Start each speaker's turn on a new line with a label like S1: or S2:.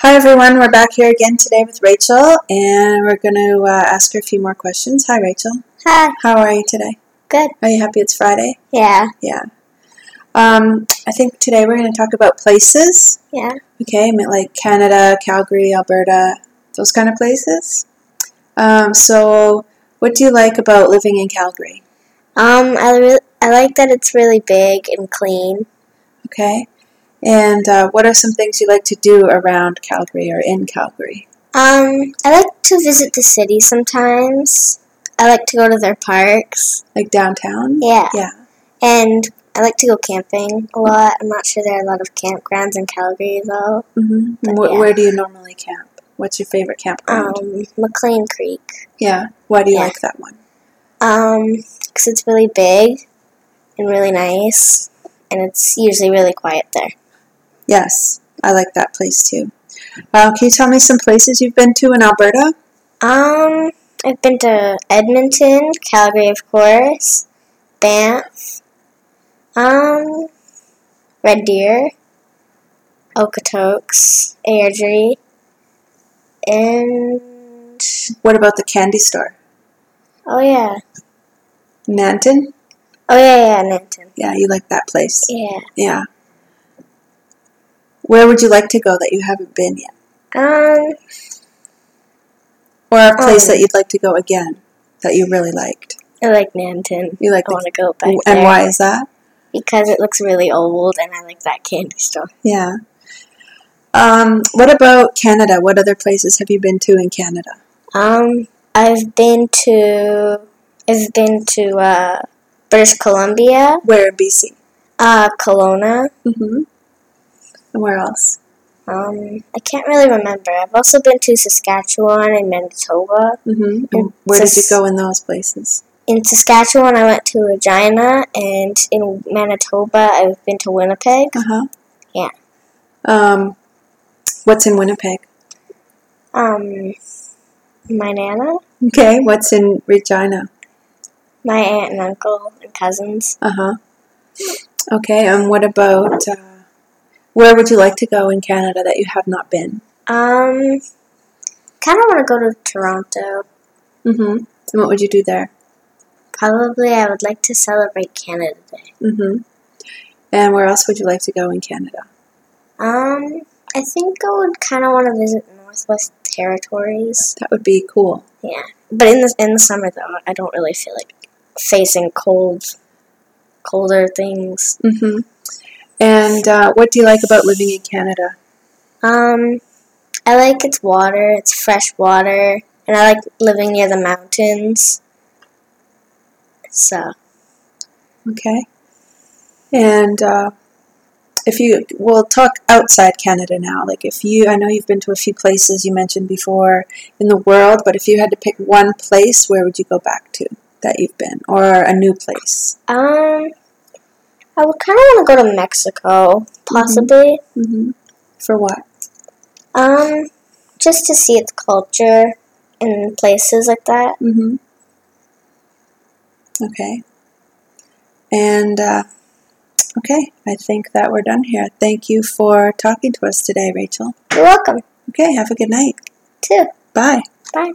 S1: Hi, everyone. We're back here again today with Rachel, and we're going to uh, ask her a few more questions. Hi, Rachel.
S2: Huh,
S1: How are you today?
S2: good.
S1: Are you happy it's Friday?
S2: Yeah,
S1: Yeah. Um, I think today we're going to talk about places.
S2: yeah.
S1: Okay, I meant like Canada, Calgary, Alberta, those kind of places. Um, so, what do you like about living in Calgary?
S2: Um, I re- I like that it's really big and clean.
S1: Okay. And uh, what are some things you like to do around Calgary or in Calgary?
S2: Um, I like to visit the city sometimes. I like to go to their parks.
S1: Like downtown?
S2: Yeah.
S1: Yeah.
S2: And I like to go camping a lot. I'm not sure there are a lot of campgrounds in Calgary though.
S1: hmm Wh-
S2: Yeah.
S1: Where do you normally camp? What's your favorite campground?
S2: Um, McLean Creek.
S1: yeah. Why do you
S2: yeah.
S1: like that one?
S2: Um, 'cause it's really big and really nice, and it's usually really quiet there.
S1: Yes, I like that place too. Uh, can you tell me some places you've been to in Alberta?
S2: Um, I've been to Edmonton, Calgary, of course, Banff, um, Red Deer, Okotoks, Airdrie, and
S1: What about the candy store?
S2: oh yeah,
S1: Nanton?
S2: oh yeah, yeah, Nanton,
S1: Yeah, you like that place.
S2: yeah.
S1: Yeah. Where would you like to go that you haven't been yet?
S2: Um,
S1: Or a place
S2: Oh.
S1: that you'd like to go again that you really liked?
S2: I like Nanton.
S1: You like
S2: I
S1: the,
S2: want to go back
S1: and
S2: there
S1: why is that?
S2: because it looks really old, and I like that candy store.
S1: Yeah. Um, what about Canada? What other places have you been to in Canada?
S2: Um, I've been to, I've been to uh, British Columbia.
S1: Where in BC?
S2: Uh, Kelowna.
S1: Mm-hmm. And where else?
S2: Um, I can't really remember. I've also been to Saskatchewan and Manitoba.
S1: Mm-hmm.
S2: In
S1: where did you
S2: Sus-
S1: go in those places?
S2: In Saskatchewan, I went to Regina, and in Manitoba, I've been to Winnipeg.
S1: Uh-huh.
S2: Yeah.
S1: Um, what's in Winnipeg?
S2: Um, my nana,
S1: Okay. What's in Regina?
S2: my aunt and uncle and cousins.
S1: Uh-huh. Okay. And what about, uh, where would you like to go in Canada that you have not been?
S2: Um, kind of want to go to Toronto.
S1: Mm-hmm. And what would you do there?
S2: Probably, I would like to celebrate Canada Day.
S1: Mm-hmm. And where else would you like to go in Canada?
S2: Um, I think I would kind of want to visit Northwest Territories.
S1: That would be cool.
S2: Yeah, but in the in the summer though, I don't really feel like facing cold, colder things.
S1: Mm-hmm. And uh, what do you like about living in Canada?
S2: Um, I like its water. It's fresh water, and I like living near the mountains. So
S1: Okay. And uh, if you, we'll talk outside Canada now. Like if you, I know you've been to a few places you mentioned before in the world, but if you had to pick one place, where would you go back to that you've been, or a new place?
S2: um, I would kind of want to go to Mexico, possibly.
S1: Mm-hmm. For what?
S2: Um, just to see its culture and places like that.
S1: Mm-hmm. Okay. And uh, okay, I think that we're done here. Thank you for talking to us today, Rachel.
S2: You're welcome
S1: Okay, have a good night.
S2: too.
S1: Bye.
S2: Bye.